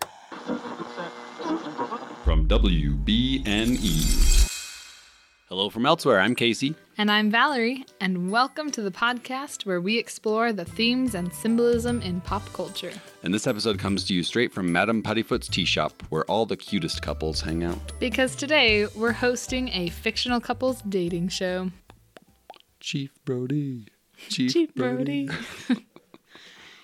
E. WBNE. Hello from elsewhere. I'm Casey. And I'm Valerie, and welcome to the podcast where we explore the themes and symbolism in pop culture. And this episode comes to you straight from Madame Puttyfoot's tea shop, where all the cutest couples hang out. Because today we're hosting a fictional couple's dating show. Chief Brody. Chief,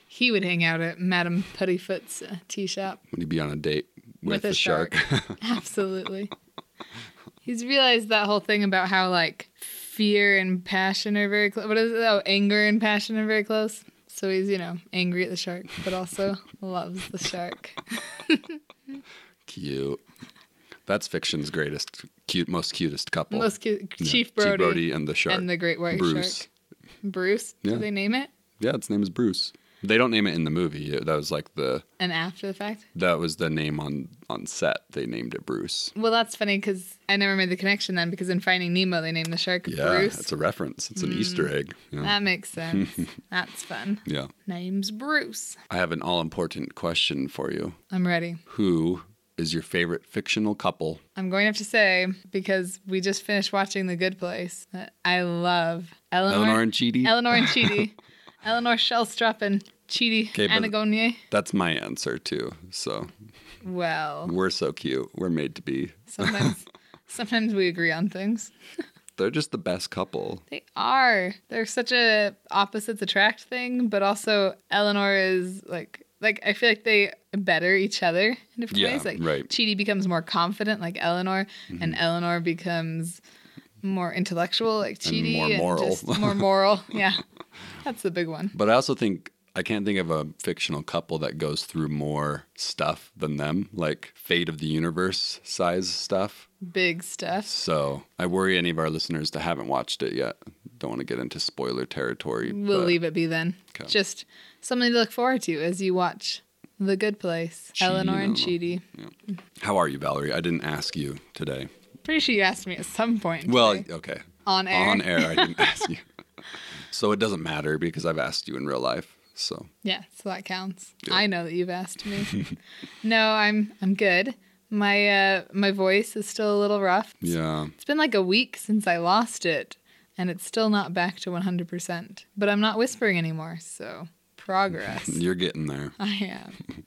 he would hang out at Madame Puttyfoot's uh, tea shop Would he be on a date with, with a shark. Absolutely. He's realized that whole thing about how like fear and passion are very close. What is it? Oh, anger and passion are very close. So he's you know angry at the shark, but also loves the shark. Cute. That's fiction's greatest, cute, most cutest couple. Most cute, Yeah, Chief Brody, and the shark. and the Great White Bruce. Shark. Bruce, Yeah. did they name it? Yeah, its name is Bruce. They don't name it in the movie. That was like the And after the fact, that was the name on on set. They named it Bruce. well, that's funny because I never made the connection then. Because in Finding Nemo, they named the shark Yeah, Bruce. Mm. Uh, it's a reference. It's an Easter egg. Yeah. that makes sense. that's fun. yeah. Name's Bruce. I have an all important question for you. I'm ready. Who is your favorite fictional couple? I'm going to have to say because we just finished watching The Good Place. That I love Eleanor, Eleanor and Chidi? Eleanor and Chidi, Eleanor Shellstrop and Chidi 'Kay, but- Anagonier. That's my answer too. So Well, we're so cute. We're made to be. sometimes sometimes we agree on things. They're just the best couple. They are. They're such a opposites attract thing, but also Eleanor is like like I feel like they better each other in different Yeah, ways. Like right. Mm-hmm. Chidi becomes more confident like Eleanor, and Eleanor becomes more intellectual like And Chidi. more moral. just more moral. Yeah. That's the big one. But I also think I can't think of a fictional couple that goes through more stuff than them, like fate of the universe size stuff. Big stuff. So I worry any of our listeners that haven't watched it yet. Don't want to get into spoiler territory. We'll but leave it be then. 'Kay. Just something to look forward to as you watch The Good Place. Chidi Eleanor and and Chidi. How are you, Valerie? I didn't ask you today. Pretty sure you asked me at some point. Well, today. okay. on air. On air, I didn't ask you. So it doesn't matter because I've asked you in real life. So Yeah, so that counts. Yeah. I know that you've asked me. no, I'm I'm good. My uh my voice is still a little rough. yeah, It's been like a week since I lost it and it's still not back to 100%. But I'm not whispering anymore, so progress. you're getting there. I am.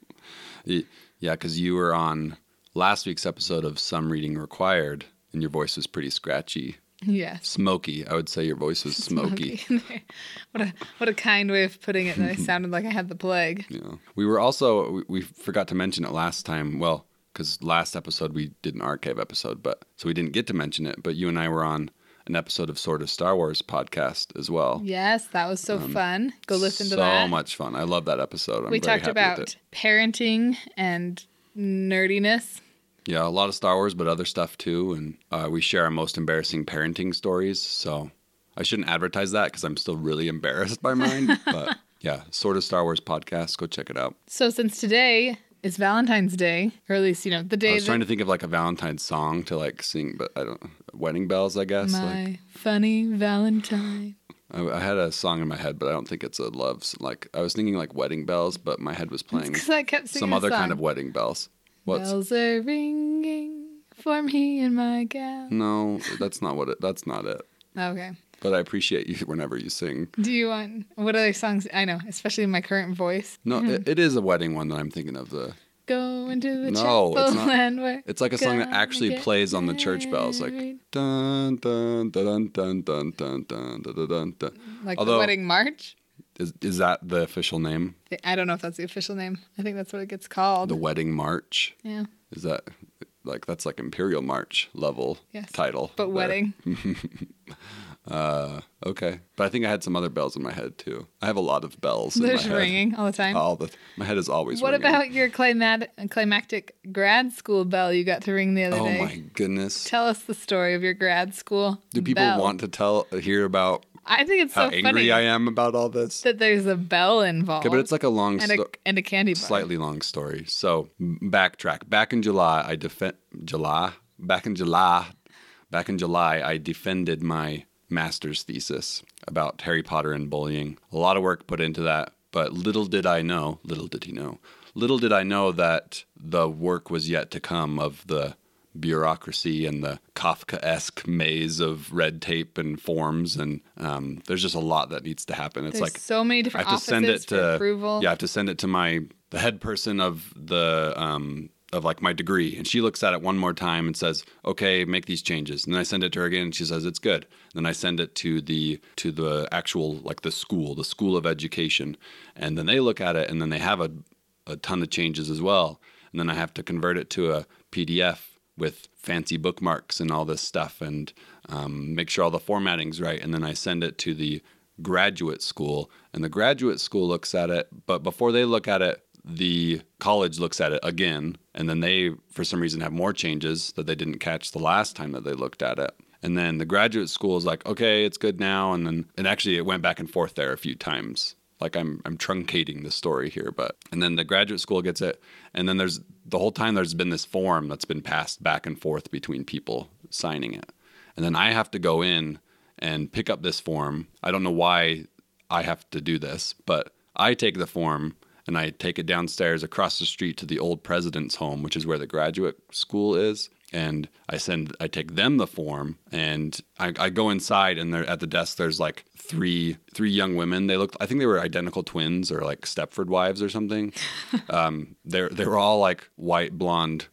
Y- Yeah, because you were on last week's episode of Some Reading Required, and your voice was pretty scratchy, Yes. smoky. I would say your voice was smoky. Okay. what a what a kind way of putting it that I sounded like I had the plague. Yeah. We were also we, we forgot to mention it last time. Well, because last episode we did an archive episode, but so we didn't get to mention it. But you and I were on an episode of Sword of Star Wars podcast as well. Yes, that was so fun. Go listen so to that. So much fun. I love that episode. I'm we very talked happy with about it. parenting and nerdiness. Yeah, a lot of Star Wars, but other stuff too. And uh, we share our most embarrassing parenting stories. So I shouldn't advertise that because I'm still really embarrassed by mine. but yeah, Sword of Star Wars podcast. Go check it out. So since today is Valentine's Day, or at least you know the I day was that trying to think of like a Valentine's song to like sing, but I don't. Wedding bells, I guess. my Like funny Valentine. I, I had a song in my head, but I don't think it's a love. s- Like I was thinking like wedding bells, but my head was playing Because I kept singing some a other kind of song. wedding bells. What's bells are ringing for me and my gal. Oh, no? That's not what it. That's not it. Okay. But I appreciate you whenever you sing. Do you want what other songs? I know, especially in my current voice. No, it, it is a wedding one that I'm thinking of. The Go into the No, chapel it's not- and we're it's like a song that gonna actually get plays on the church bells, like married. dun dun dun dun dun dun dun dun dun dun. like although- the wedding march. Is is that the official name? I don't know if that's the official name. I think that's what it gets called. The wedding march. yeah, Is that like that's like imperial march level Yes, title? but there. Uh, wedding. Okay, but I think I had some other bells in my head too. I have a lot of bells. There's in my head. Oh, ringing all the time. All the my head is always. What ringing. about your climat- climactic grad school bell you got to ring the other Oh day? my goodness! Tell us the story of your grad school. Do people bell. want to tell hear about I think it's so how angry funny I am about all this? that there's a bell involved. Okay, but it's like a long and a sto- and a candy bar. slightly long story. So m- backtrack. Back in July, I defend July. Back in July, back in July, I defended my master's thesis about Harry Potter and bullying. A lot of work put into that, but little did I know. Little did he know. Little did I know that the work was yet to come of the bureaucracy and the Kafkaesque maze of red tape and forms, and um, there's just a lot that needs to happen. It's There's like so many I different have to offices send it for to approval. Yeah, I have to send it to my the head person of the um of like my degree, and she looks at it one more time and says, "Okay, make these changes." And then I send it to her again, and she says, "It's good." And then I send it to the to the actual like the school, the school of education, and then they look at it, and then they have a a ton of changes as well, and then I have to convert it to a PDF with fancy bookmarks and all this stuff and um, make sure all the formatting's right. And then I send it to the graduate school, and the graduate school looks at it. But before they look at it, the college looks at it again. And then they, for some reason, have more changes that they didn't catch the last time that they looked at it. And then the graduate school is like, okay, it's good now. And then, and actually, it went back and forth there a few times like I'm I'm truncating the story here, but and then the graduate school gets it, and then there's the whole time there's been this form that's been passed back and forth between people signing it, and then I have to go in and pick up this form. I don't know why I have to do this, but I take the form and I take it downstairs across the street to the old president's home, which is where the graduate school is. And I send, I take them the form, and I, I go inside, and they're at the desk. There's like three three young women. They looked, I think they were identical twins or like Stepford wives or something. um, they they were all like white blonde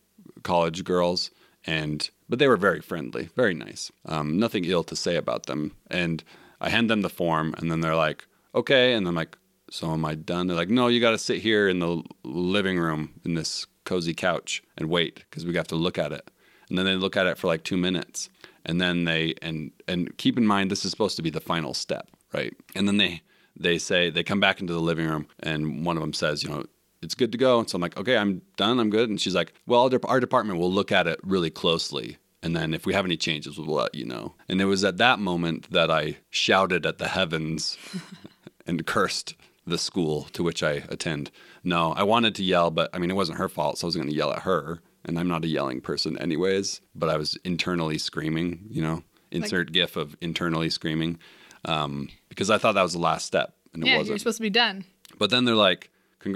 college girls, and but they were very friendly, very nice. Um, nothing ill to say about them. And I hand them the form, and then they're like, okay, and I'm like, so am I done? They're like, no, you got to sit here in the living room in this cozy couch and wait because we have to look at it. And then they look at it for like two minutes, and then they and and keep in mind this is supposed to be the final step, right? And then they they say they come back into the living room, and one of them says, you know, it's good to go. And so I'm like, okay, I'm done, I'm good. And she's like, well, our, dep- our department will look at it really closely. And then if we have any changes, we'll let you know. And it was at that moment that I shouted at the heavens and cursed the school to which I attend. No, I wanted to yell, but I mean, it wasn't her fault, so I wasn't going to yell at her. And I'm not a yelling person, anyways, but I was internally screaming, you know, insert gif of internally screaming, um, because I thought that was the last step, and it Yeah, wasn't. you're supposed to be done But then they're like,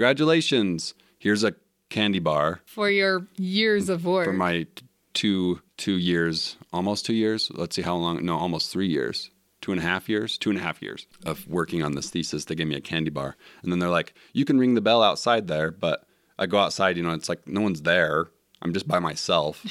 "Congratulations! Here's a candy bar for your years of work. for my t- two two years, almost two years. Let's see how long. No, almost three years, two and a half years, two and a half years of working on this thesis. They gave me a candy bar, and then they're like, "You can ring the bell outside there." But I go outside, you know, it's like no one's there. I'm just by myself.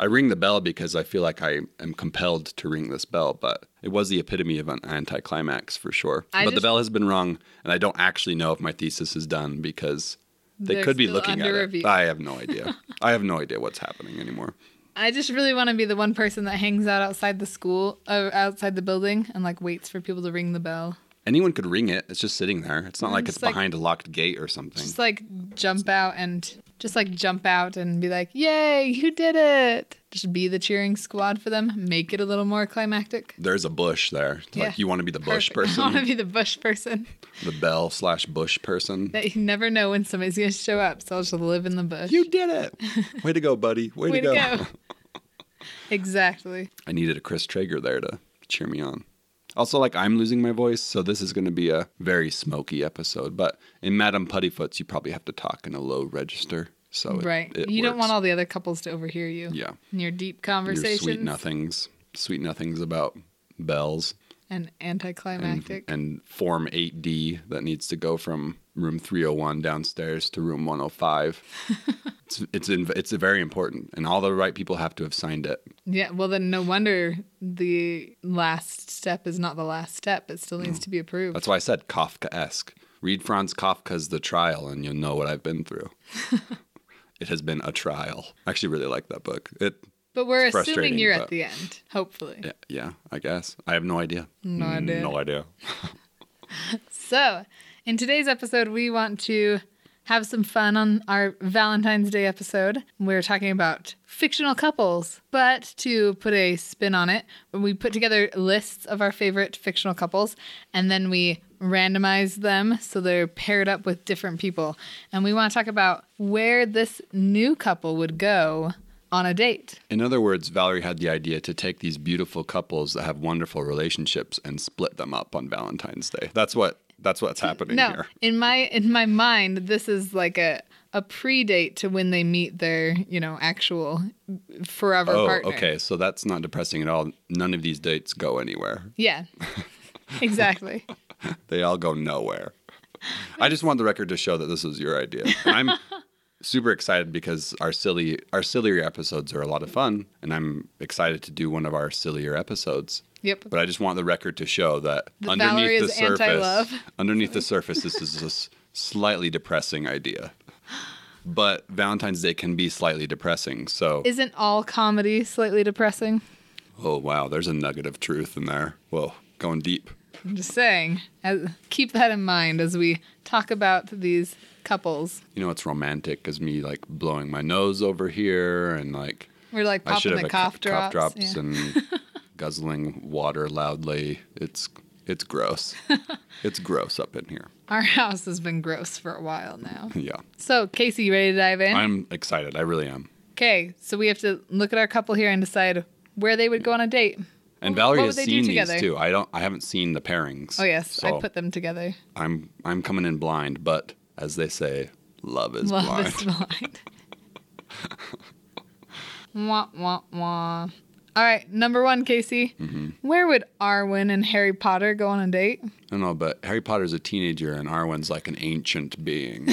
I ring the bell because I feel like I am compelled to ring this bell, but it was the epitome of an anticlimax for sure. I but the just- bell has been rung, and I don't actually know if my thesis is done because they They're could be still looking at under it. review. I have no idea. I have no idea what's happening anymore. I just really want to be the one person that hangs out outside the school, uh, outside the building, and like waits for people to ring the bell. Anyone could ring it. It's just sitting there. It's not like just it's like- behind a locked gate or something. Just like jump out and just like jump out and be like, "Yay, you did it!" Just be the cheering squad for them. Make it a little more climactic. There's a bush there. It's Yeah. Like you want to be the bush Perfect. I want to person, be the bush person the bell slash bush person. that you never know when somebody's gonna show up, so I'll just live in the bush. You did it. Way to go, buddy. Way, Way to go. exactly. I needed a Chris Traeger there to cheer me on. Also, like I'm losing my voice, so this is going to be a very smoky episode. But in Madame Puttyfoot's, you probably have to talk in a low register, so Oh, it- right. It you don't works. want all the other couples to overhear you. yeah In your deep your conversations. sweet nothings, sweet nothings about bells And and, anticlimactic. and form 8D that needs to go from room 301 downstairs to room 105. it's it's in, it's very important, and all the right people have to have signed it. yeah. Well, then no wonder the last step is not the last step. It still needs to be approved. That's why I said Kafka esque. Read Franz Kafka's The Trial, and you'll know what I've been through. it has been a trial. I actually really like that book. It, but we're it's assuming frustrating, you're but- at the end, hopefully. yeah, yeah, I guess. I have no idea. No idea. No idea. So, in today's episode, we want to have some fun on our Valentine's Day episode. We're talking about fictional couples, but to put a spin on it, we put together lists of our favorite fictional couples and then we randomize them so they're paired up with different people. And we want to talk about where this new couple would go on a date. In other words, Valerie had the idea to take these beautiful couples that have wonderful relationships and split them up on Valentine's Day. That's what That's what's happening no, here. in my in my mind, this is like a a predate to when they meet their you know actual forever Oh, partner. okay. So that's not depressing at all. None of these dates go anywhere. Yeah. exactly. They all go nowhere. I just want the record to show that this was your idea. And I'm super excited because our silly our sillier episodes are a lot of fun, and I'm excited to do one of our sillier episodes. Yep. But I just want the record to show that That underneath Valerie the is surface, anti-love. underneath the surface, this is a s- slightly depressing idea. But Valentine's Day can be slightly depressing. So, Isn't all comedy slightly depressing? oh wow, there's a nugget of truth in there. Whoa, going deep. I'm just saying. As, keep that in mind as we talk about these couples. You know, it's romantic as me like blowing my nose over here and like We're like I should popping have the a cough, cough drops. cough drops Yeah. and guzzling water loudly. It's it's gross. it's gross up in here. Our house has been gross for a while now. Yeah, So, Casey, you ready to dive in? I'm excited. I really am. Okay, so we have to look at our couple here and decide where they would go on a date. And Well, Valerie what has would they do seen these together? too. I don't. I haven't seen the pairings. Oh yes, so I put them together. I'm I'm coming in blind, but as they say, love is Love blind. is blind. wah wah wah. All right, number one, Casey. Mm-hmm. Where would Arwen and Harry Potter go on a date? I don't know, but Harry Potter's a teenager and Arwen's like an ancient being.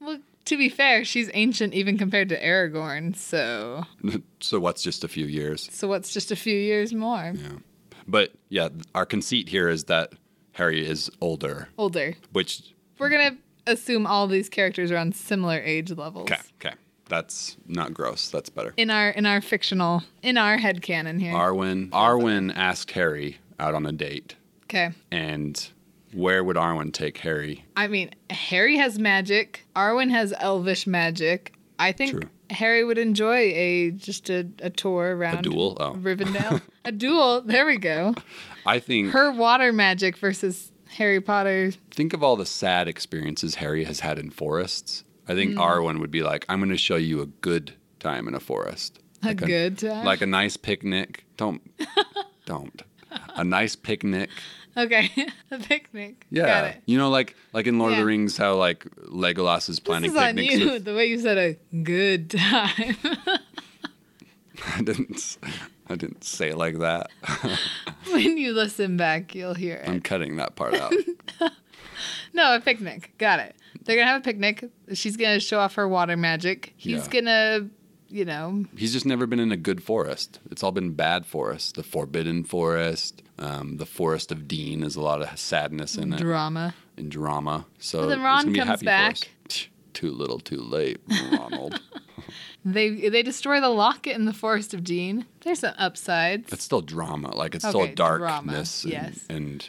Well, to be fair, she's ancient even compared to Aragorn. So, so what's just a few years? so what's just a few years more? Yeah. But yeah, our conceit here is that Harry is older, Older. which We're gonna assume all these characters are on similar age levels. okay, okay, that's not gross. That's better. In our in our fictional in our head canon here. Arwen Arwen asked Harry out on a date, okay. and where would Arwen take Harry? I mean, Harry has magic. Arwen has elvish magic. I think True. Harry would enjoy a just a, a tour around duel? Oh. Rivendell. a duel. There we go. I think Her water magic versus Harry Potter. think of all the sad experiences Harry has had in forests. I think Mm. Arwen would be like, I'm going to show you a good time in a forest. A Like good time. Like a nice picnic. Don't, don't. A nice picnic. okay, a picnic. Got Yeah. it. You know, like like in Lord of Yeah. the Rings, how like Legolas is planning This is on picnics. you. With, The way you said a good time. I didn't. s- I didn't say it like that. when you listen back, you'll hear it. I'm cutting that part out. No, a picnic. Got it. They're gonna have a picnic. She's gonna show off her water magic. He's Yeah. gonna, you know, He's just never been in a good forest. It's all been bad forests. The Forbidden Forest, um, the Forest of Dean is a lot of sadness in it. drama. and drama. So But then it's Ron gonna be comes happy back. For us. Tch, Too little, too late, Ronald. They they destroy the locket in the forest of Dean. There's some upsides. it's still drama. Like it's still Okay, a darkness. drama, and- yes. And,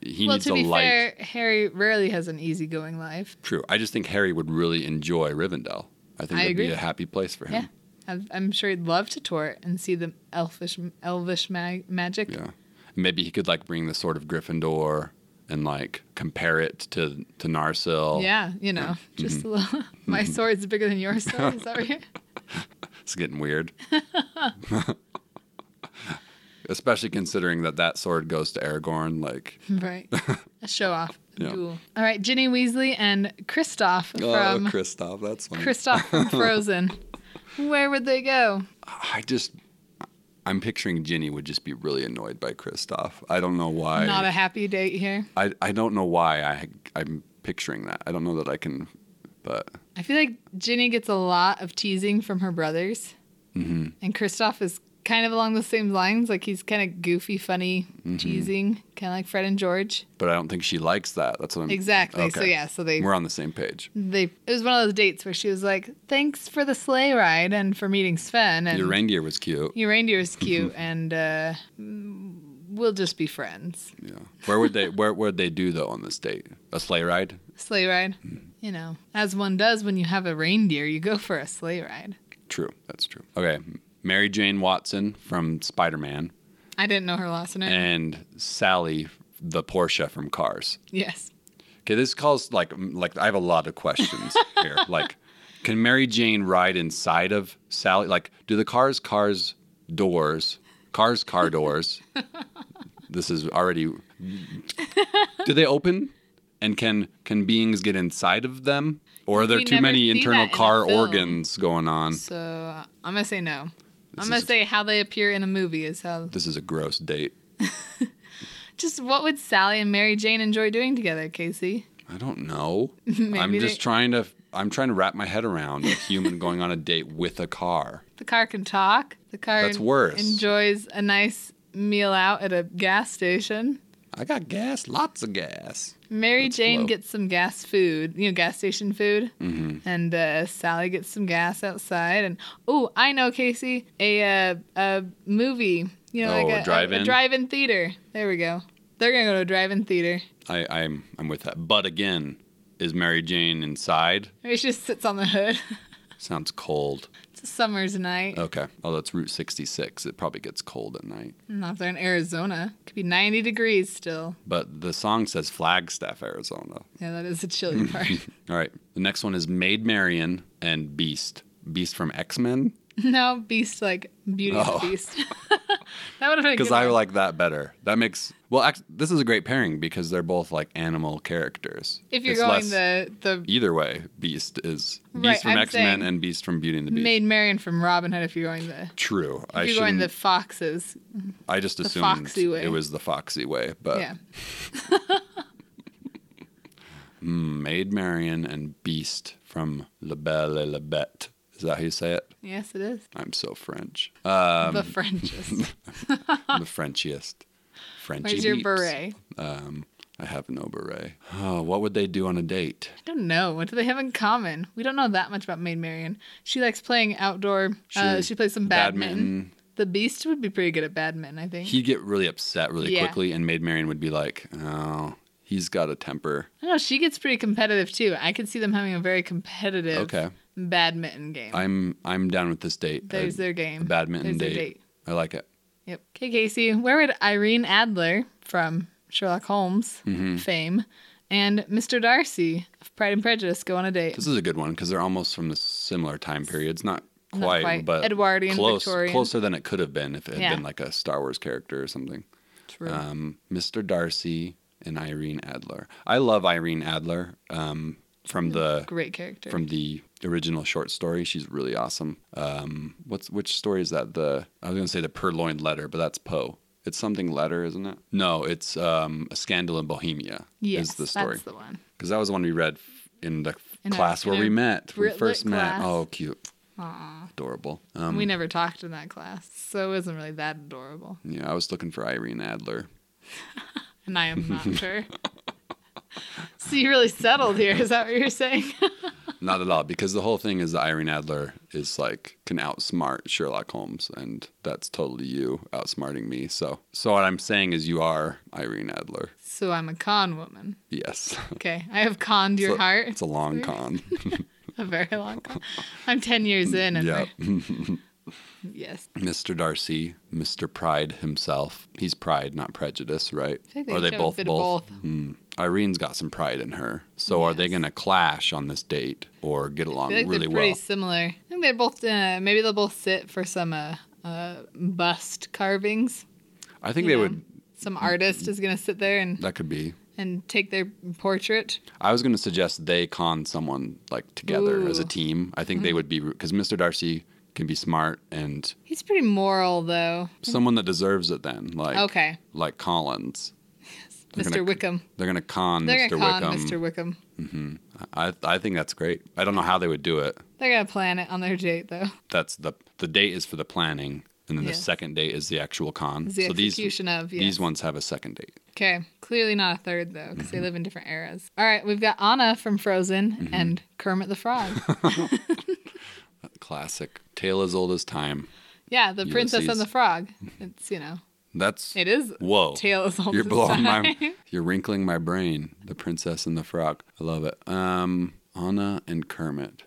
he well, needs to a be light. fair, Harry rarely has an easygoing life. True. I just think Harry would really enjoy Rivendell. I think I it'd be agree. a happy place for Yeah, him. I'm, I'm sure he'd love to tour it and see the elfish elvish mag- magic. Yeah. Maybe he could like bring the sword of Gryffindor and like compare it to to Narsil. Yeah, you know, just Mm-hmm. a little. My sword's bigger than your sword. Is that right? It's getting weird. Especially considering that that sword goes to Aragorn. Like, Right. A show off. Yeah. Duel. All right, Ginny Weasley and Kristoff oh, from Kristoff, that's funny. Kristoff from Frozen. Where would they go? I just, I'm picturing Ginny would just be really annoyed by Kristoff. I don't know why. Not a happy date here. I, I don't know why I I'm picturing that. I don't know that I can, but I feel like Ginny gets a lot of teasing from her brothers, Mm-hmm. and Kristoff is kind of along the same lines. Like he's kind of goofy, funny, Mm-hmm. teasing, kind of like Fred and George. but I don't think she likes that. That's what I'm Exactly. So okay. yeah. So they We're on the same page. they it was one of those dates where she was like, "Thanks for the sleigh ride and for meeting Sven." And Your reindeer was cute. Your reindeer is Mm-hmm. cute, and uh, we'll just be friends. Yeah. Where would they Where would they do though on this date? A sleigh ride? Sleigh ride, Mm-hmm. you know, as one does when you have a reindeer, you go for a sleigh ride. True. That's true. Okay. Mary Jane Watson from Spider Man I didn't know her last name. and Sally the Porsche from Cars. yes. Okay, this calls like like I have a lot of questions here. Like, can Mary Jane ride inside of Sally? Like, do the cars cars doors cars car doors? This is already Do they open? And can can beings get inside of them? Or are there We too never many see internal that in a car film. organs going on? So uh, I'm gonna say no. This I'm gonna is- say how they appear in a movie is how. This is a gross date. Just what would Sally and Mary Jane enjoy doing together, Casey? I don't know. Maybe I'm just they- trying to I'm trying to wrap my head around a human going on a date with a car. The car can talk. The car That's worse. enjoys a nice meal out at a gas station. I got gas, lots of gas. Mary That's Jane low. gets some gas food, you know, gas station food, Mm-hmm. and uh, Sally gets some gas outside. And oh, I know, Casey, a uh, a movie, you know, Oh, a like a, drive-in? drive-in theater. There we go. They're gonna go to a drive-in theater. I, I'm I'm with that. But again, is Mary Jane inside? Maybe she just sits on the hood. Sounds cold. it's a summer's night. Okay. Oh, that's Route 66. It probably gets cold at night. Not if they're in Arizona. Could be 90 degrees still. But the song says Flagstaff, Arizona. Yeah, that is the chilly part. All right. The next one is Maid Marian and Beast. Beast from X Men? no, Beast, like Beauty Oh. and the Beast. that would have been a Because good I one. like that better. That makes, well, act, this is a great pairing because they're both like animal characters. If you're It's less- going the, the Either way, Beast is Beast Right, from I'm X Men saying and Beast from Beauty and the Beast. Maid Marian from Robin Hood, if you're going the True. I If you're should. going the foxes. I just assumed foxy way. it was the foxy way, but yeah. Maid Marian and Beast from La Belle et la Bête. Is that how you say it? Yes, it is. I'm so French. Uh, the Frenchest. I'm the Frenchiest. Frenchy. Where's your beeps. beret? Um, I have no beret. Oh, what would they do on a date? I don't know. What do they have in common? We don't know that much about Maid Marian. She likes playing outdoor. uh, Sure. she plays some badminton. The Beast would be pretty good at badminton, I think. He'd get really upset really Yeah. quickly, and Maid Marian would be like, "Oh, he's got a temper." I don't know. She gets pretty competitive too. I could see them having a very competitive Okay. badminton game. I'm I'm down with this date. There's A- their a game. badminton There's their date. I like it. Yep. Okay, Casey, where would Irene Adler from Sherlock Holmes Mm-hmm. fame and Mr. Darcy of Pride and Prejudice go on a date? This is a good one because they're almost from the similar time periods. Not quite, quite. but Edwardian, close, Victorian. closer than it could have been if it had Yeah. been like a Star Wars character or something. True. um, Mr. Darcy and Irene Adler. I love Irene Adler um, from the Great character. from the original short story. She's really awesome. Um, what's which story is that? The I was gonna say the Purloined Letter, but that's Poe. It's something letter, isn't it? No, it's um, a Scandal in Bohemia. yes, is the story that's the one. because that was the one we read f- in the In our- class in where our we met. We Brit Lit first met. class. Oh, cute. Adorable. Um, we never talked in that class, so it wasn't really that adorable. yeah, I was looking for Irene Adler. And I am not her. So you really settled here, is that what you're saying? Not at all, because the whole thing is that Irene Adler is like can outsmart Sherlock Holmes, and that's totally you outsmarting me. So, so what I'm saying is you are Irene Adler. so I'm a con woman. Yes, Okay, I have conned your It's a- heart. It's a long con. a very long con. I'm 10 years in. And yeah, we're- Yes. Mr. Darcy, Mr. Pride himself. He's Pride, not prejudice, right? I think are they they show a both bit of both? both. Hmm. Irene's got some pride in her. So are they Yes. going to clash on this date or get I along feel like really they're pretty well? similar. I think they're both, uh, maybe they'll both sit for some uh, uh, bust carvings. I think you they know. would. Some mm. artist is going to sit there and, That could be. and take their portrait. I was going to suggest they con someone like together as a Ooh. Mm-hmm. team. I think they would be because Mr. Darcy can be smart and He's pretty moral, though. someone that deserves it. Then like Okay. like Collins. They're Mr. gonna- Wickham. They're going to con They're Mr. gonna con Wickham. Mr. Wickham. I I think that's great. I don't know how they would do it. They're gonna plan it on their date though. That's the the date is for the planning, and then the Yes. second date is the actual con. It's the these execution of yes. these ones have a second date. Okay, clearly not a third though, because Mm-hmm. they live in different eras. All right, we've got Anna from Frozen and Kermit the Frog. Classic tale as old as time. yeah, the Princess Ulysses. and the Frog. It's you know, That's it is whoa. tale as old You're as blowing time. my you're wrinkling my brain. The princess and the frog. I love it. Um Anna and Kermit.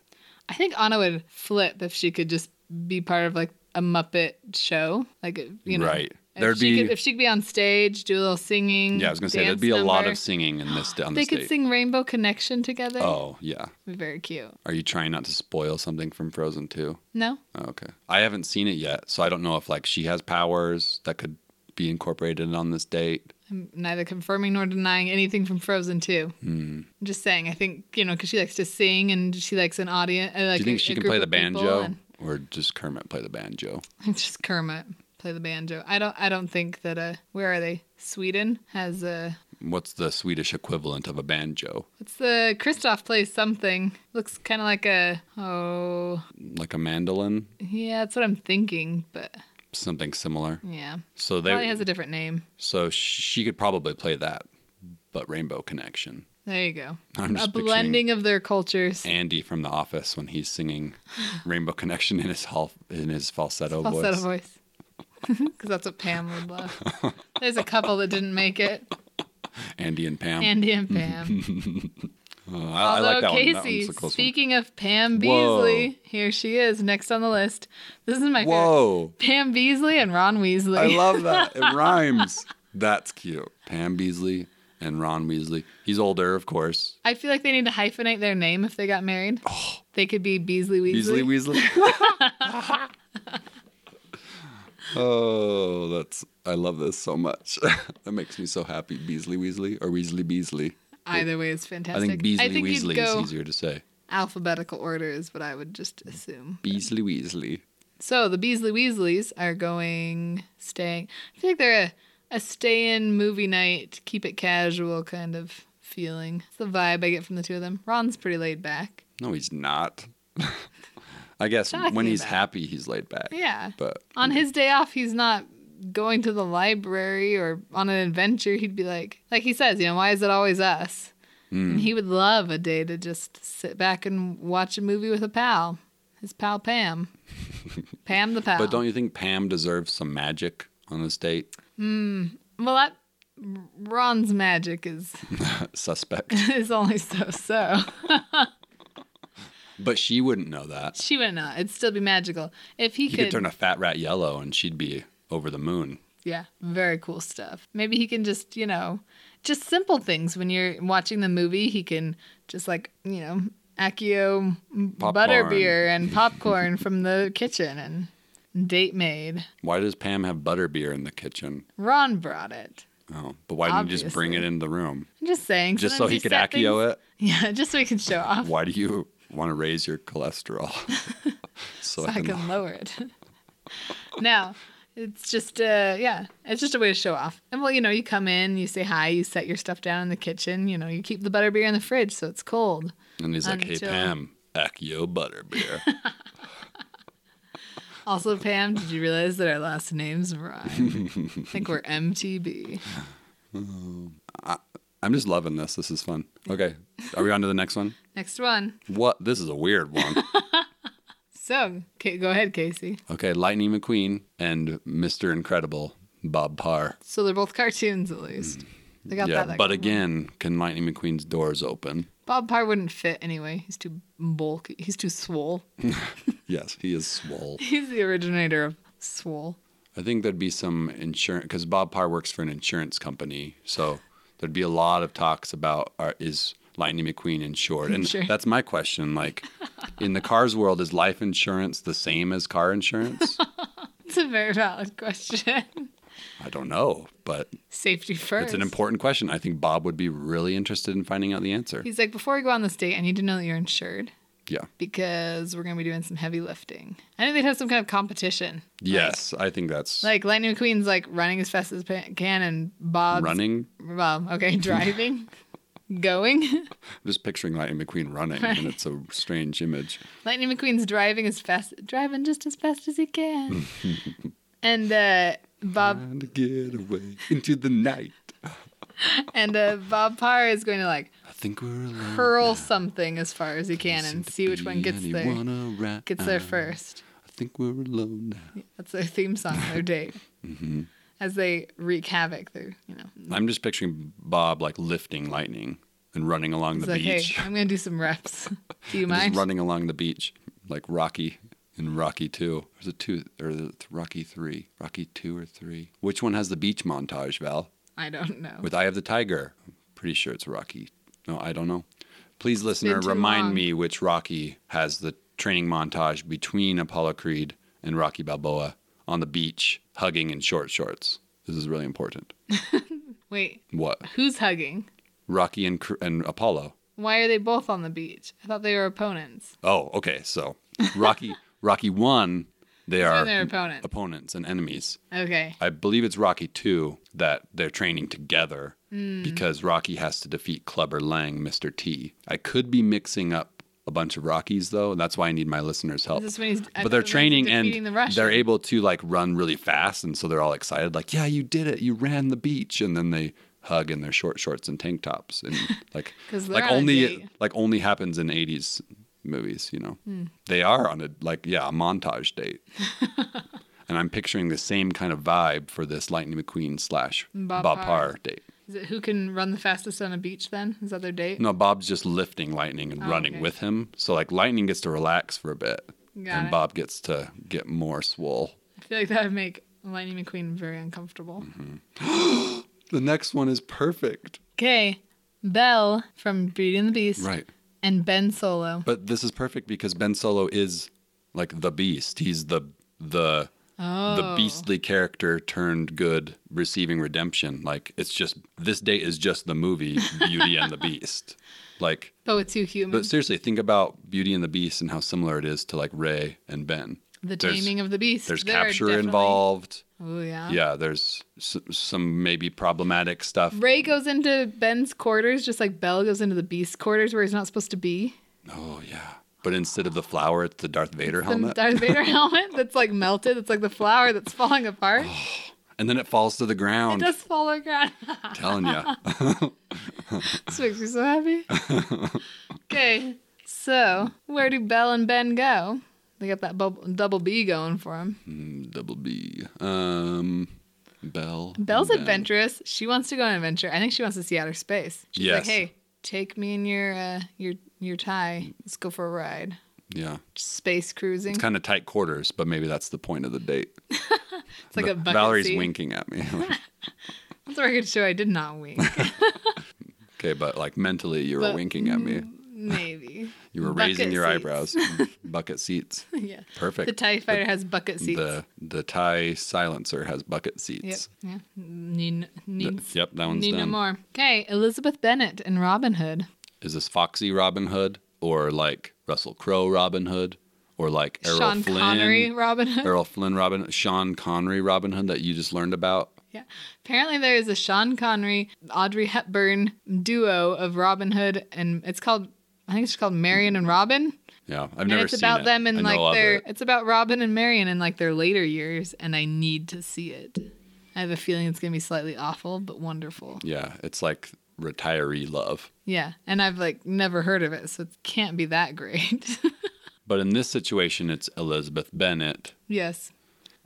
I think Anna would flip if she could just be part of like a Muppet show, like you know. Right. If There'd she be- could, if she could be on stage, do a little singing. Yeah, I was gonna say Mm, dance there'd be a lot number. of singing in this on They this could date. sing Rainbow Connection together. Oh yeah. Be very cute. Are you trying not to spoil something from Frozen 2? No? Oh, okay. I haven't seen it yet, so I don't know if like she has powers that could be incorporated on this date. I'm neither confirming nor denying anything from Frozen 2. Hmm. I'm just saying, I think, you know, because she likes to sing and she likes an audience. uh, Like Do you think a- she a can group play the of people banjo and- or does Kermit play the banjo? just Kermit play the banjo. I don't I don't think that uh where are they? Sweden has a What's the Swedish equivalent of a banjo? what's the Kristoff plays something. Looks kind of like a oh Like a mandolin? yeah, that's what I'm thinking, but Something similar. yeah. So they Probably has a different name. so she could probably play that, but Rainbow Connection. There you go. I'm just a picturing- blending of their cultures. Andy from The Office when he's singing Rainbow Connection in his hal- in his falsetto, Falsetto voice. voice. Because that's what Pam would love. There's a couple that didn't make it Andy and Pam. Andy and Pam. Uh, I, I Although, like that one. That Casey, one's a close one. speaking of Whoa. Pam Beasley, here she is next on the list. This is my favorite. Whoa. Pam Beasley and Ron Weasley. I love that. It rhymes. That's cute. Pam Beasley and Ron Weasley. He's older, of course. I feel like they need to hyphenate their name if they got married. They could be Beasley Weasley. Oh. Beasley Weasley. oh, that's I love this so much. that makes me so happy. Beasley Weasley or Weasley Beasley. Either way is I fantastic. think Beasley I think Weasley you'd go is easier to say. alphabetical order is what I would just assume. Beasley Weasley. So the Beasley Weasleys are going staying. I feel like they're a, a stay in movie night, keep it casual kind of feeling. It's the vibe I get from the two of them. Ron's pretty laid back. No, he's not. I guess Talking when he's about- happy, he's laid back. Yeah. But on his day off he's not going to the library or on an adventure he'd be like like he says you know why is it always us Hmm. and he would love a day to just sit back and watch a movie with a pal his pal pam pam the pal but don't you think Pam deserves some magic on this date? well that ron's magic is Suspect. is only so so But she wouldn't know that. she would not it'd still be magical if he, He could turn a fat rat yellow and she'd be over the moon. Yeah, very cool stuff. Maybe he can just, you know, just simple things when you're watching the movie. He can just like, you know, Accio m- Popcorn. butterbeer and popcorn from the kitchen and date made. Why does Pam have butterbeer in the kitchen? Ron brought it. Oh, but why didn't you just bring it Obviously. in the room? I'm just saying. Just so sometimes he you could set accio things- it? Yeah, just so he can show off. Why do you want to raise your cholesterol? so so I can. lower it. now, it's just uh yeah, it's just a way to show off. And well, you know, you come in, you say hi, you set your stuff down in the kitchen, you know, you keep the butterbeer in the fridge so it's cold. And he's like, hey, Until- Pam, accio butterbeer. Also, Pam, did you realize that our last names rhyme? I think we're MTB. I'm just loving this. This is fun. Okay. Are we on to the next one? Next one. What? This is a weird one. So, Ka- go ahead, Casey. Okay, Lightning McQueen and Mr. Incredible, Bob Parr. So they're both cartoons, at least. They got yeah, that. that but good one. again, can Lightning McQueen's doors open? Bob Parr wouldn't fit anyway. He's too bulky. He's too swole. Yes, he is swole. He's the originator of swole. I think there'd be some insurance because Bob Parr works for an insurance company, so there'd be a lot of talks about are, is Lightning McQueen insured? And Insured. that's my question. Like, in the cars world, is life insurance the same as car insurance? It's a very valid question. I don't know, but Safety first. it's an important question. I think Bob would be really interested in finding out the answer. He's like, before we go on this date, I need to know that you're insured yeah. because we're gonna be doing some heavy lifting. I think they'd have some kind of competition. Yes, I think that's Like Lightning McQueen's like running as fast as pa- can, and Bob's running. Well, okay, driving, going. I'm just picturing Lightning McQueen running, and it's a strange image. Lightning McQueen's driving as fast, driving just as fast as he can. and uh, Bob Trying to get away into the night. and uh, Bob Parr is going to like I think we're alone. hurl something as far as he can and see which one gets there. there. Gets there first. I think we're alone now. That's their theme song, their date. Mm-hmm. As they wreak havoc, they're you know. I'm just picturing Bob like lifting lightning and running along It's the like, hey, beach. I'm gonna do some reps. Do you just mind? running along the beach like Rocky in Rocky Two. There's a two or the th- Rocky Three, Rocky Two or Three. Which one has the beach montage, Val? I don't know. With Eye of the Tiger. I'm pretty sure it's Rocky. No, I don't know. Please, listener, been too remind long. me which Rocky has the training montage between Apollo Creed and Rocky Balboa on the beach, hugging in short shorts. This is really important. Wait, What? who's hugging? Rocky and Cr- and Apollo. Why are they both on the beach? I thought they were opponents. Oh, okay. So Rocky Rocky 1 they That's are when they're opponents. opponents and enemies. Okay. I believe it's Rocky 2 that they're training together Hmm. because Rocky has to defeat Clubber Lang, Mr. T. I could be mixing up a bunch of Rockies though, and that's why I need my listeners' help. Is this when he's, I thought but that they're was training defeating and the Russian. they're able to like run really fast and so they're all excited like yeah you did it you ran the beach and then they hug in their short shorts and tank tops and like 'Cause they're like on a only date. Hmm. like only happens in 80s movies you know they are on a like yeah a montage date and i'm picturing the same kind of vibe for this lightning mcqueen slash Bob bob, Parr. parr date Is it who can run the fastest on a beach then? Is that their date? no bob's just lifting lightning and Oh, running okay. with him so like lightning gets to relax for a bit Got and it. bob gets to get more swole I feel like that would make Lightning McQueen very uncomfortable. Mm-hmm. The next one is perfect. Okay. Belle from Beauty and the Beast Right. and Ben Solo. But this is perfect because Ben Solo is like the beast. He's the the Oh. the beastly character turned good, receiving redemption. Like it's just this date is just the movie Beauty and the Beast. Like But with two humans. but seriously, think about Beauty and the Beast and how similar it is to like Ray and Ben. the there's- taming of the beast. There's There are capture definitely- involved. Oh, yeah. Yeah, there's s- some maybe problematic stuff. Ray goes into Ben's quarters just like Belle goes into the beast's quarters where he's not supposed to be. Oh yeah. But instead of the flower, it's the Darth Vader The helmet. Darth Vader helmet that's like melted. It's like the flower that's falling apart. and then it falls to the It ground. does fall around. telling you. this makes me so happy. okay, so where do Belle and Ben go? They got that bub- double B going for them. Mm, Double B. Um, Bell. Belle's Ben. adventurous. She wants to go on an adventure. I think she wants to see outer space. She's like, Yes. hey, take me in your uh, your your tie. Let's go for a ride. Yeah, Just space cruising. it's kind of tight quarters, but maybe that's the point of the date. It's like a bucket Valerie's seat. winking at me. That's a record show. I did not wink. okay, but like mentally, you were But- winking at me. Maybe. You were Bucket raising your seats. eyebrows. bucket seats. yeah. Perfect. The Tie Fighter has bucket seats. The the tie silencer has bucket Yep. seats. Yeah. Need, Th- needs, yep, that one's need no done. more. Okay. Elizabeth Bennett and Robin Hood. Is this Foxy Robin Hood or like Russell Crowe Robin Hood or like Errol Sean Flynn? Connery Robin Hood. Errol Flynn Robin Sean Connery Robin Hood that you just learned about. Yeah. Apparently, there is a Sean Connery, Audrey Hepburn duo of Robin Hood, and it's called, I think it's called Marion and Robin. Yeah, I've And never it's seen about it. them I in know like of their, it. it's about Robin and Marion in like their later years, and I need to see it. I have a feeling it's going to be slightly awful, but wonderful. Yeah, it's like retiree love. Yeah. And I've like never heard of it, so it can't be that great. But in this situation, it's Elizabeth Bennett yes.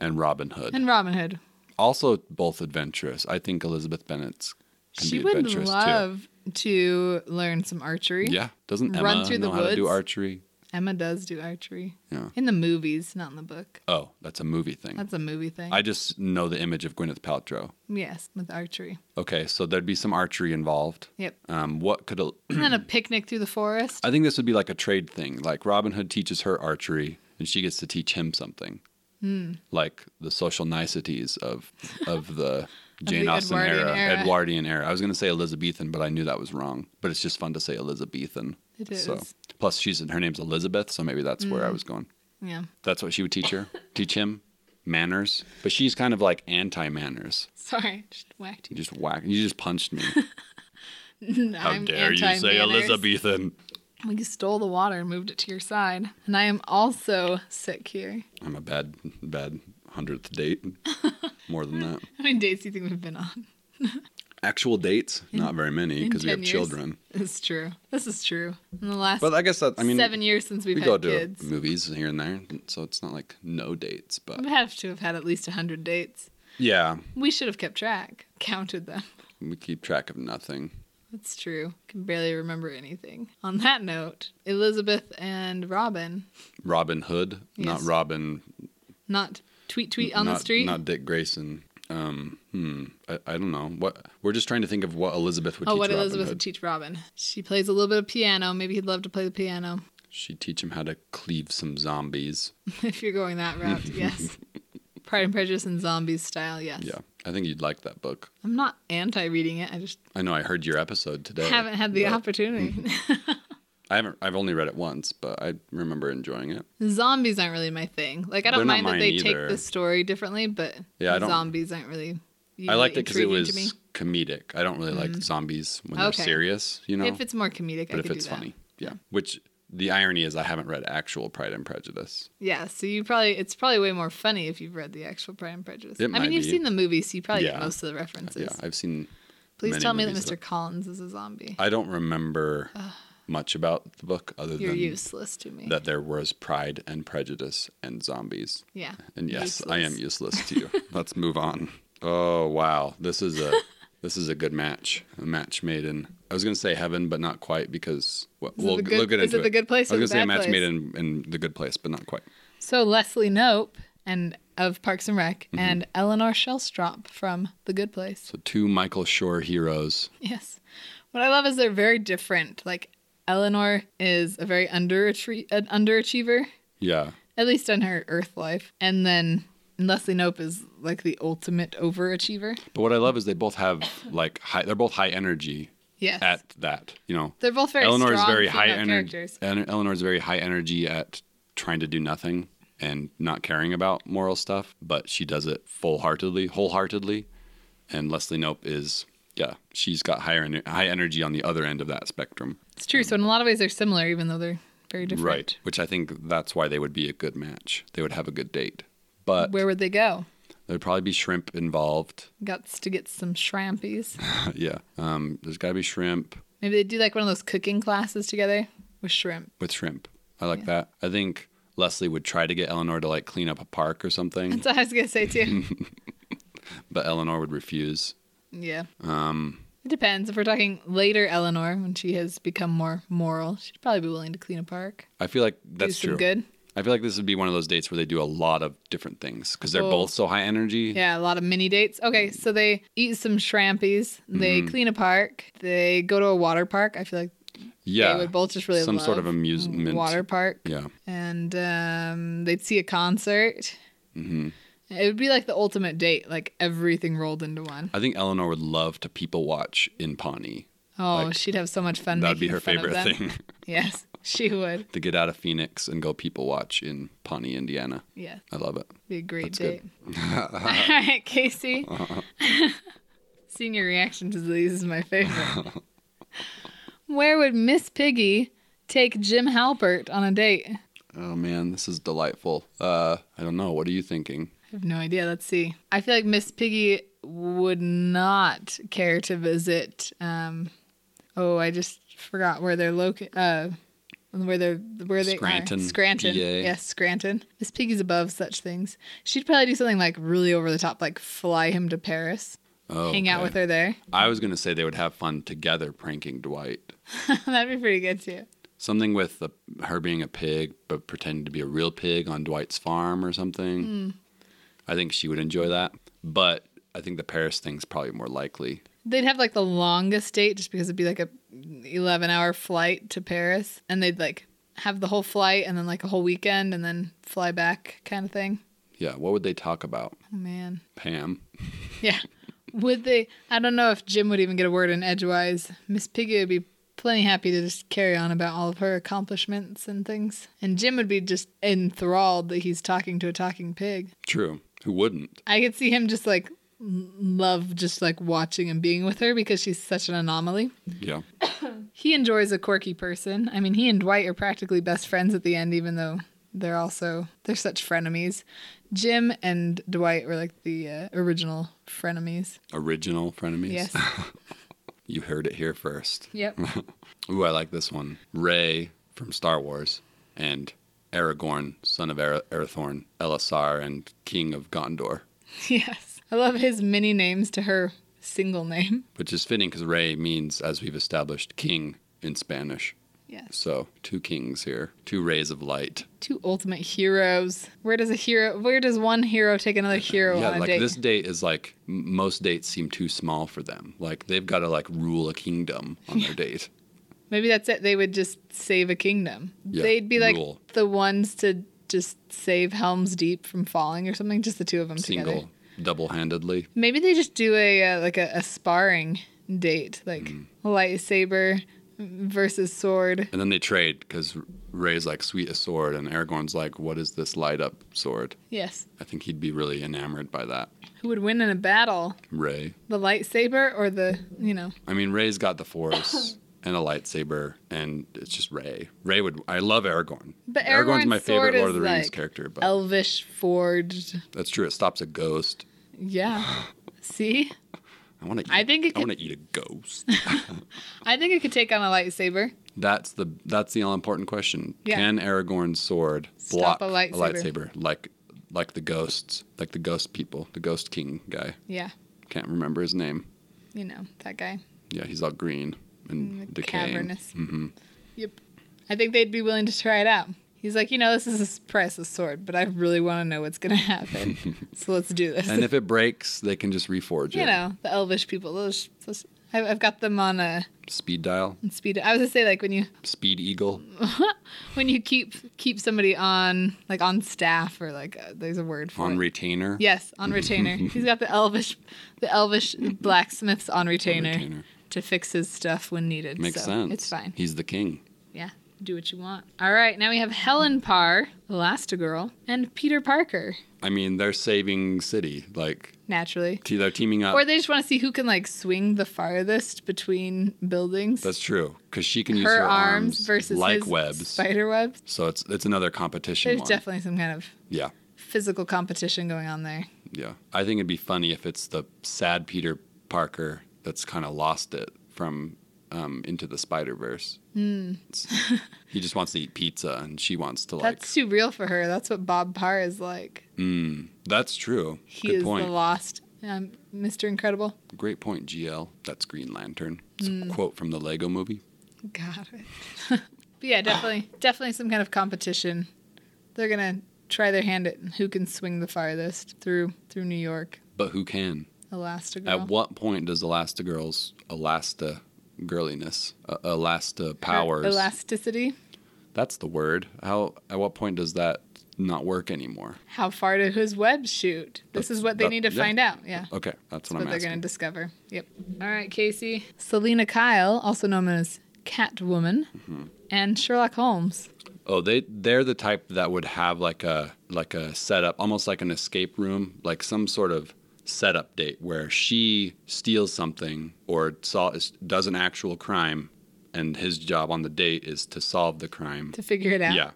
and Robin Hood. And Robin Hood. also, both adventurous. I think Elizabeth Bennett's can She be would adventurous love to learn some archery. too. Yeah, doesn't Run Emma through the know how to do woods. archery? Emma does do archery. Yeah. In the movies, not in the book. Oh, that's a movie thing. That's a movie thing. I just know the image of Gwyneth Paltrow. yes, with archery. Okay, so there'd be some archery involved. Yep. Um, what could a, And then a picnic through the forest. I think this would be like a trade thing. Like Robin Hood teaches her archery, and she gets to teach him something, Hmm. like the social niceties of of the Jane the Austen Edwardian era, era. Edwardian era. I was going to say Elizabethan, but I knew that was wrong. But it's just fun to say Elizabethan. It So is. Hmm. plus, she's her name's Elizabeth, so maybe that's where I was going. Yeah. That's what she would teach her, teach him manners. But she's kind of like anti manners. Sorry, just whacked You you. just whack. You just punched me. How I'm dare you say anti-manners. Elizabethan? Well, you stole the water and moved it to your side. And I am also sick here. I'm a bad, bad hundredth date. More than that. How many days do you think we've been on? Actual dates, not very many In because we 10 have years? children. It's true. This is true. In the last But I guess that I mean seven years since we've we had go to kids, movies here and there, so it's not like no dates. But we have to have had at least 100 dates. yeah, We should have kept track, counted them. we keep track of nothing. That's true. Can barely remember anything. On that note, Elizabeth and Robin, Robin Hood, not Yes. Robin. not tweet tweet on not, the street. Not Dick Grayson. Um, hmm. I, I don't know. What we're just trying to think of what Elizabeth would oh, teach what Robin Elizabeth Hood. would teach Robin? She plays a little bit of piano. Maybe he'd love to play the piano. She'd teach him how to cleave some zombies. if you're going that route, yes. Pride and Prejudice and Zombies style, yes. Yeah, I think you'd like that book. I'm not anti reading it. I just I know I heard your episode today. haven't had the but opportunity. I haven't. I've only read it once, but I remember enjoying it. zombies aren't really my thing. Like I They're don't not mind that mine they either. take the story differently, but Yeah, I don't- zombies aren't really. I liked it because because it To me. Mm. was comedic. I don't really like zombies when Okay. they're serious, you know. If it's more comedic, I but if could it's do that. funny, yeah. Which the irony is, I haven't read actual Pride and Prejudice. Yeah, so you probably it's probably way more funny if you've read the actual Pride and Prejudice. It I might mean, you've be. seen the movie, so you probably Yeah. get most of the references. Yeah, I've seen. Please many tell me that movies Mr. Collins is a zombie. I don't remember much about the book other You're than useless to me. that there was Pride and Prejudice and zombies. yeah. And yes, useless. I am useless to you. Let's move on. Oh wow, this is a this is a good match. A match made in I was gonna say heaven, but not quite because well, Is it we'll the good- look it into is it the good place I or was the gonna say a bad match place? made in, in the good place, but not quite. So Leslie Nope and of Parks and Rec Mm-hmm. and Eleanor Shellstrop from The Good Place. So two Michael Shore heroes. Yes. What I love is they're very different. Like Eleanor is a very underachie- an underachiever, Yeah, at least in her Earth life, and then Leslie Nope is like the ultimate overachiever. but what I love is they both have like high. They're both high energy Yes. at that. You know, they're both very Eleanor is strong very high female energy. characters. Eleanor is very high energy at trying to do nothing and not caring about moral stuff, but she does it full heartedly, wholeheartedly. And Leslie Nope is, yeah, she's got higher en- high energy on the other end of that spectrum, It's true. So in a lot of ways, they're similar, even though they're very different. Which I think that's why they would be a good match. They would have a good date, but Where would they go? there'd probably be shrimp involved. Guts to get some shrampies. yeah, um, there's got to be shrimp Maybe they do like one of those cooking classes together with shrimp. with shrimp. I like that. I think Leslie would try to get Eleanor to like clean up a park or something. That's what I was gonna say too. but Eleanor would refuse. yeah. Um. It depends. If we're talking later, Eleanor, when she has become more moral, she'd probably be willing to clean a park. I feel like do that's some true. Good. I feel like this would be one of those dates where they do a lot of different things because they're Oh. both so high energy. Yeah, a lot of mini dates. Okay, Mm. so they eat some shrampies. Mm-hmm. They clean a park. They go to a water park. I feel like Yeah. they would both just really Some sort of love amusement. water park. Yeah. and um, they'd see a concert. Mm-hmm. It would be like the ultimate date, like everything rolled into one. I think Eleanor would love to people watch in Pawnee. Oh, like, she'd have so much fun. That would be making her fun of favorite them. thing Yes, she would. to get out of Phoenix and go people watch in Pawnee, Indiana. Yeah, I love it. be a great That's date. good. All right, Casey. Seeing your reaction to these is my favorite. Where would Miss Piggy take Jim Halpert on a date? I Oh man, this is delightful. Uh, I don't know. What are you thinking? have no idea. Let's see. I feel like Miss Piggy would not care to visit. Um, oh, I just forgot where they're located. Uh, where they're where they Scranton, are. Scranton. PA. Yes, Scranton. Miss Piggy's above such things. She'd probably do something like really over the top, like fly him to Paris, Oh, hang out okay. with her there. I was gonna say they would have fun together pranking Dwight. That'd be pretty good too. Something with the, her being a pig, but pretending to be a real pig on Dwight's farm or something. I think she would enjoy that. But I think the Paris thing's probably more likely. They'd have like the longest date just because it'd be like a 11 hour flight to Paris and they'd like have the whole flight and then like a whole weekend and then fly back kind of thing. Yeah, what would they talk about? Oh man. Pam. Yeah. Would they I don't know if Jim would even get a word in edgewise. Miss Piggy would be plenty happy to just carry on about all of her accomplishments and things. And Jim would be just enthralled that he's talking to a talking pig. True. Who wouldn't? I could see him just like l- love just like watching and being with her because she's such an anomaly. Yeah. He enjoys a quirky person. I mean, he and Dwight are practically best friends at the end, even though they're also they're such frenemies. Jim and Dwight were like the uh, original frenemies. Original frenemies. Yes. You heard it here first. Yep. Ooh, I like this one. Ray from Star Wars and Aragorn, son of Ara- Arathorn, Elisar, and King of Gondor, yes. I love his many names to her single name. which is fitting because Ray means, as we've established, king in Spanish. Yes. So, two kings here, two rays of light. Two ultimate heroes. Where does a hero? Where does one hero take another hero yeah, on a like date? this date is like m- most dates seem too small for them. Like they've got to like rule a kingdom on their date. Maybe that's it. They would just save a kingdom. Yeah, They'd be like rule. the ones to just save Helm's Deep from falling or something. Just the two of them single, together. double-handedly. Maybe they just do a uh, like a, a sparring date, like Mm. lightsaber versus sword. And then they trade because Ray's like, sweet a sword, and Aragorn's like, what is this light up sword? Yes. I think he'd be really enamored by that. Who would win in a battle, Ray. the lightsaber or the you know? I mean, Ray's got the force and a lightsaber, and it's just Ray. Ray would. I love Aragorn. But Aragorn's my Aragorn's sword favorite Lord of the is Rings like character, but Elvish forged. that's true. It stops a ghost. Yeah. See, I want to. I think it I could- want to eat a ghost. I think it could take on a lightsaber. that's the that's the all important question. Yeah. Can Aragorn's sword block Stop a lightsaber. lightsaber like like the ghosts, like the ghost people, the ghost king guy? Yeah. Can't remember his name. You know that guy. Yeah, he's all green and Mm, decaying. Cavernous. Mm-hmm. Yep. I think they'd be willing to try it out. He's like, you know, this is a priceless sword, but I really want to know what's going to happen. so let's do this. And if it breaks, they can just reforge you it. know, the elvish people, those, those I've, I've got them on a Speed dial, on speed. I was going to say, like, when you speed eagle. Mm, when you keep keep somebody on, like, on staff or, like, uh, there's a word for on it. retainer. yes, on retainer. He's got the elvish the elvish blacksmiths on On retainer, retainer. to fix his stuff when needed. Makes so sense. It's fine. He's the king. Yeah, do what you want. All right, now we have Helen Parr, Elastigirl, and Peter Parker, I mean, they're saving city. Like naturally. te- they're teaming up. Or they just want to see who can like swing the farthest between buildings. That's true, because she can use her arms versus like his webs. spider webs. so it's it's another competition. There's one. definitely some kind of yeah, physical competition going on there. yeah. I think it'd be funny if it's the sad Peter Parker that's kind of lost it from um, Into the Spider Verse. Hmm. Mm. he just wants to eat pizza, and she wants to like. That's too real for her. That's what Bob Parr is like. Mm, that's true. He Good is point. the lost um, Mr. Incredible. Great point, GL. That's Green Lantern. It's Hmm. a quote from the Lego movie. Got it. but yeah, definitely, definitely some kind of competition. They're gonna try their hand at who can swing the farthest through through New York. But who can? Elastigirl. At what point does Elastigirl's Elasta girliness, uh, Elasta Her powers? Elasticity. that's the word. How? At what point does that not work anymore? How far do his webs shoot? This is what they that- need to yeah. find out. Yeah. Okay, that's what What I'm they're asking. gonna discover. Yep. All right, Casey. Selena Kyle, also known as Catwoman, Mm-hmm. and Sherlock Holmes. Oh, they they're the type that would have like a like a setup, almost like an escape room, like some sort of setup date where she steals something or sol- does an actual crime, and his job on the date is to solve the crime. To figure it out. Yeah.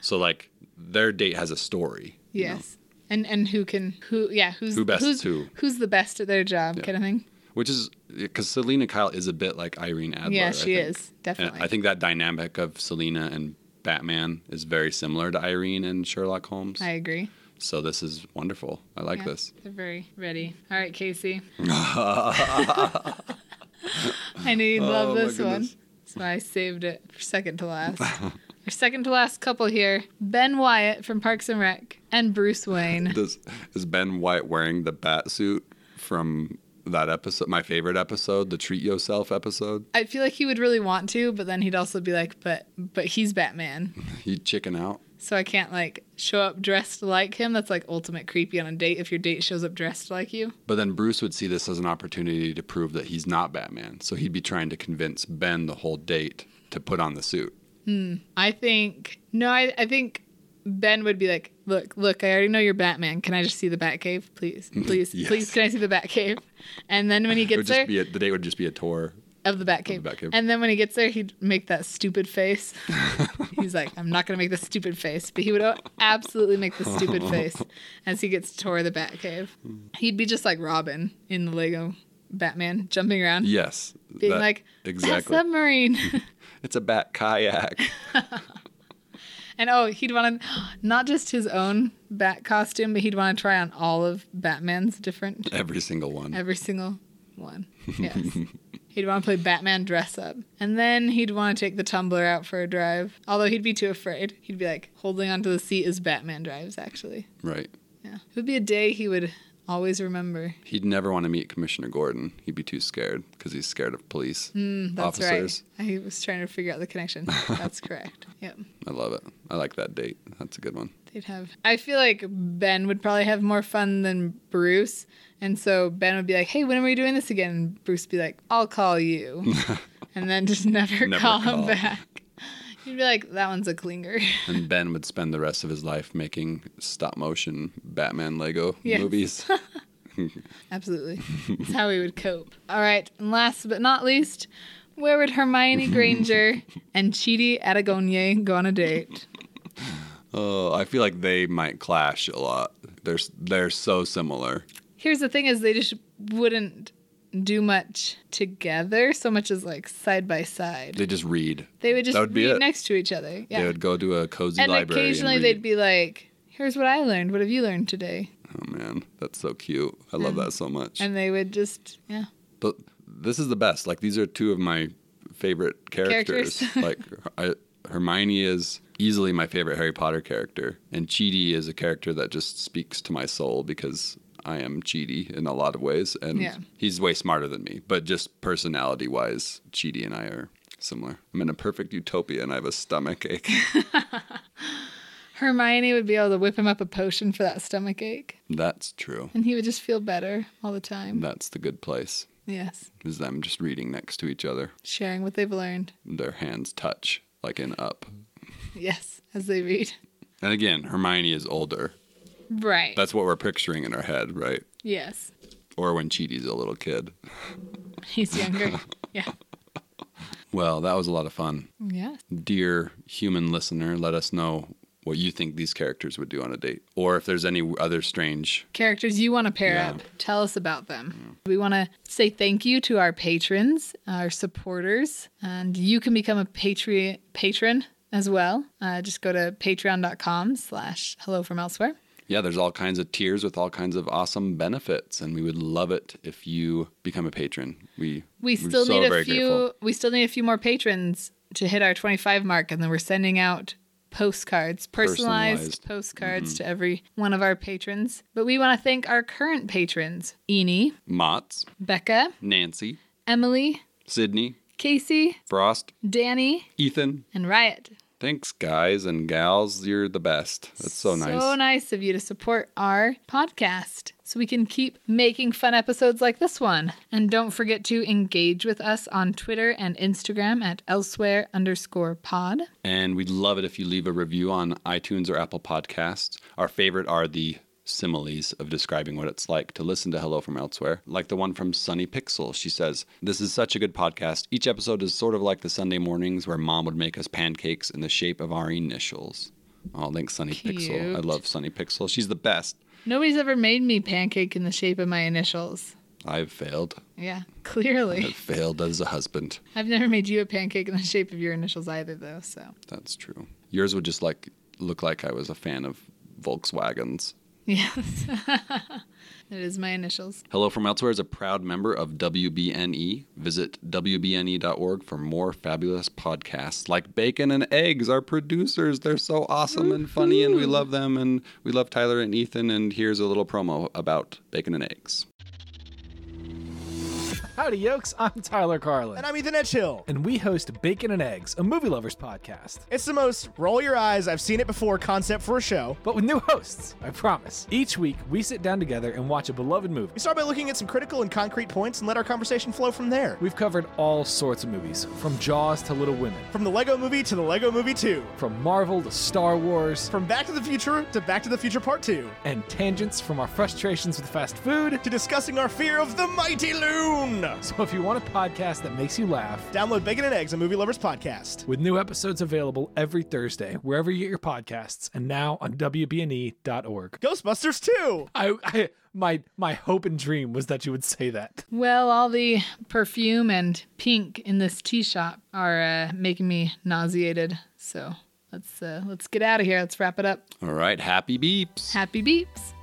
So like their date has a story. you know, Yes. And and who can who yeah who's Who bests who's, who. who's the best at their job kind of thing. which is because Selena Kyle is a bit like Irene Adler. Yeah, I she think. is And definitely. I think that dynamic of Selena and Batman is very similar to Irene and Sherlock Holmes. I agree. So this is wonderful. I like Yeah, this. They're very ready. All right, Casey. I knew you'd love Oh, my this one. goodness. So I saved it for second to last. Our second to last couple here Ben Wyatt from Parks and Rec and Bruce Wayne. Does is Ben White wearing the bat suit from that episode? My favorite episode, the Treat Yourself episode. I feel like he would really want to, but then he'd also be like, but but he's Batman. He chicken out. So I can't like show up dressed like him. That's like ultimate creepy on a date if your date shows up dressed like you. But then Bruce would see this as an opportunity to prove that he's not Batman. So he'd be trying to convince Ben the whole date to put on the suit. I think no, I, I think Ben would be like, look, look, I already know you're Batman. Can I just see the Batcave, please, please, Yes. please? Can I see the Batcave? And then when he It would gets there just be a, the date would just be a tour. of the Batcave, Batcave. and then when he gets there, he'd make that stupid face. He's like, I'm not gonna make the stupid face, but he would absolutely make the stupid face as he gets to tour the Batcave. He'd be just like Robin in the Lego Batman, jumping around, Yes. being that- like, exactly. that submarine. It's a bat kayak. And oh, he'd want to not just his own bat costume, but he'd want to try on all of Batman's different, Every single one. every single one. Yes. he'd want to play Batman dress up. And then he'd want to take the tumbler out for a drive. Although he'd be too afraid. He'd be like holding onto the seat as Batman drives, actually. Right. Yeah. It would be a day he would always remember. He'd never want to meet Commissioner Gordon. He'd be too scared because he's scared of police Mm, That's officers. right. I was trying to figure out the connection. That's correct. Yep. I love it. I like that date. That's a good one. They'd have. I feel like Ben would probably have more fun than Bruce, and so Ben would be like, "Hey, when are we doing this again?" And Bruce would be like, "I'll call you," and then just never, Never call, call. him back. You'd be like, "That one's a clinger." And Ben would spend the rest of his life making stop motion Batman Lego Yes. movies. Absolutely, that's how we would cope. All right, and last but not least, where would Hermione Granger and Chidi Atagonye go on a date? Oh, I feel like they might clash a lot. They're s- they're so similar. here's the thing is they just wouldn't do much together so much as like side by side They just read. they would just That would be be it. next to each other yeah They would go to a cozy and library. occasionally and they'd read. be like here's what i learned what have you learned today Oh man, that's so cute. I love that so much. Hmm. and they would just yeah but this is the best. Like these are two of my favorite characters. Characters. like I, Hermione is easily my favorite Harry Potter character, and Cheedy is a character that just speaks to my soul because I am Cheedy in a lot of ways, and Yeah. he's way smarter than me. But just personality wise, Cheedy and I are similar. I'm in a perfect utopia, and I have a stomach ache. hermione would be able to whip him up a potion for that stomach ache That's true. and he would just feel better all the time That's the good place. yes Is them just reading next to each other. sharing what they've learned Their hands touch, like in up. yes as they read And again, Hermione is older. right That's what we're picturing in our head, right? yes Or when Chidi's a little kid. he's younger yeah Well, that was a lot of fun. yes Dear human listener, let us know what you think these characters would do on a date, or if there's any other strange. characters you want to pair Yeah. up. Tell us about them. We want to say thank you to our patrons, our supporters, and you can become a patri- patron as well. Uh, just go to patreon.com slash hello from elsewhere. Yeah, there's all kinds of tiers with all kinds of awesome benefits, and we would love it if you become a patron. We We we're still so need a very few grateful. we still need a few more patrons to hit our 25 mark and then we're sending out postcards, personalized, Personalized. Mm-hmm. postcards to every one of our patrons. But we want to thank our current patrons, Eni, Mott's, Becca, Nancy, Emily, Sydney, Casey, Frost, Danny, Ethan. and Riot. Thanks, guys and gals. You're the best. That's so nice. So nice of you to support our podcast so we can keep making fun episodes like this one. And don't forget to engage with us on Twitter and Instagram at elsewhere underscore pod. And we'd love it if you leave a review on iTunes or Apple Podcasts. Our favorite are the similes of describing what it's like to listen to Hello from Elsewhere, like the one from Sunny Pixel. She says, This is such a good podcast. Each episode is sort of like the Sunday mornings where mom would make us pancakes in the shape of our initials. Oh, thanks, Sunny Pixel. I Cute. love Sunny Pixel. She's the best. Nobody's ever made me pancake in the shape of my initials. I've failed. Yeah, clearly. I've failed as a husband. I've never made you a pancake in the shape of your initials either, though. So, That's true. Yours would just like look like I was a fan of Volkswagens. yes. it is my initials. Hello from Elsewhere is a proud member of WBNE. E. Visit WBNE.org E for more fabulous podcasts like Bacon and Eggs, our producers. They're so awesome and funny, and we love them. And we love Tyler and Ethan. And here's a little promo about Bacon and Eggs. Howdy, yokes. I'm Tyler Carlin. And I'm Ethan Edgehill. And we host Bacon and Eggs, a movie lovers podcast, It's the most roll your eyes, I've seen it before concept for a show. but with new hosts, I promise. Each week, we sit down together and watch a beloved movie. We start by looking at some critical and concrete points and let our conversation flow from there. We've covered all sorts of movies, from Jaws to Little Women, From the Lego movie to the Lego movie 2. from Marvel to Star Wars, From Back to the Future to Back to the Future Part 2. and tangents from our frustrations with fast food. To discussing our fear of the mighty loon. So if you want a podcast that makes you laugh, Download Bacon and Eggs, a movie lovers podcast. with new episodes available every Thursday, wherever you get your podcasts, and now on WBNE.org. Ghostbusters 2. E I, I my my hope and dream was that you would say that. Well, all the perfume and pink in this tea shop are uh, making me nauseated. So let's uh, let's get out of here. Let's wrap it up. All right, happy beeps. Happy beeps.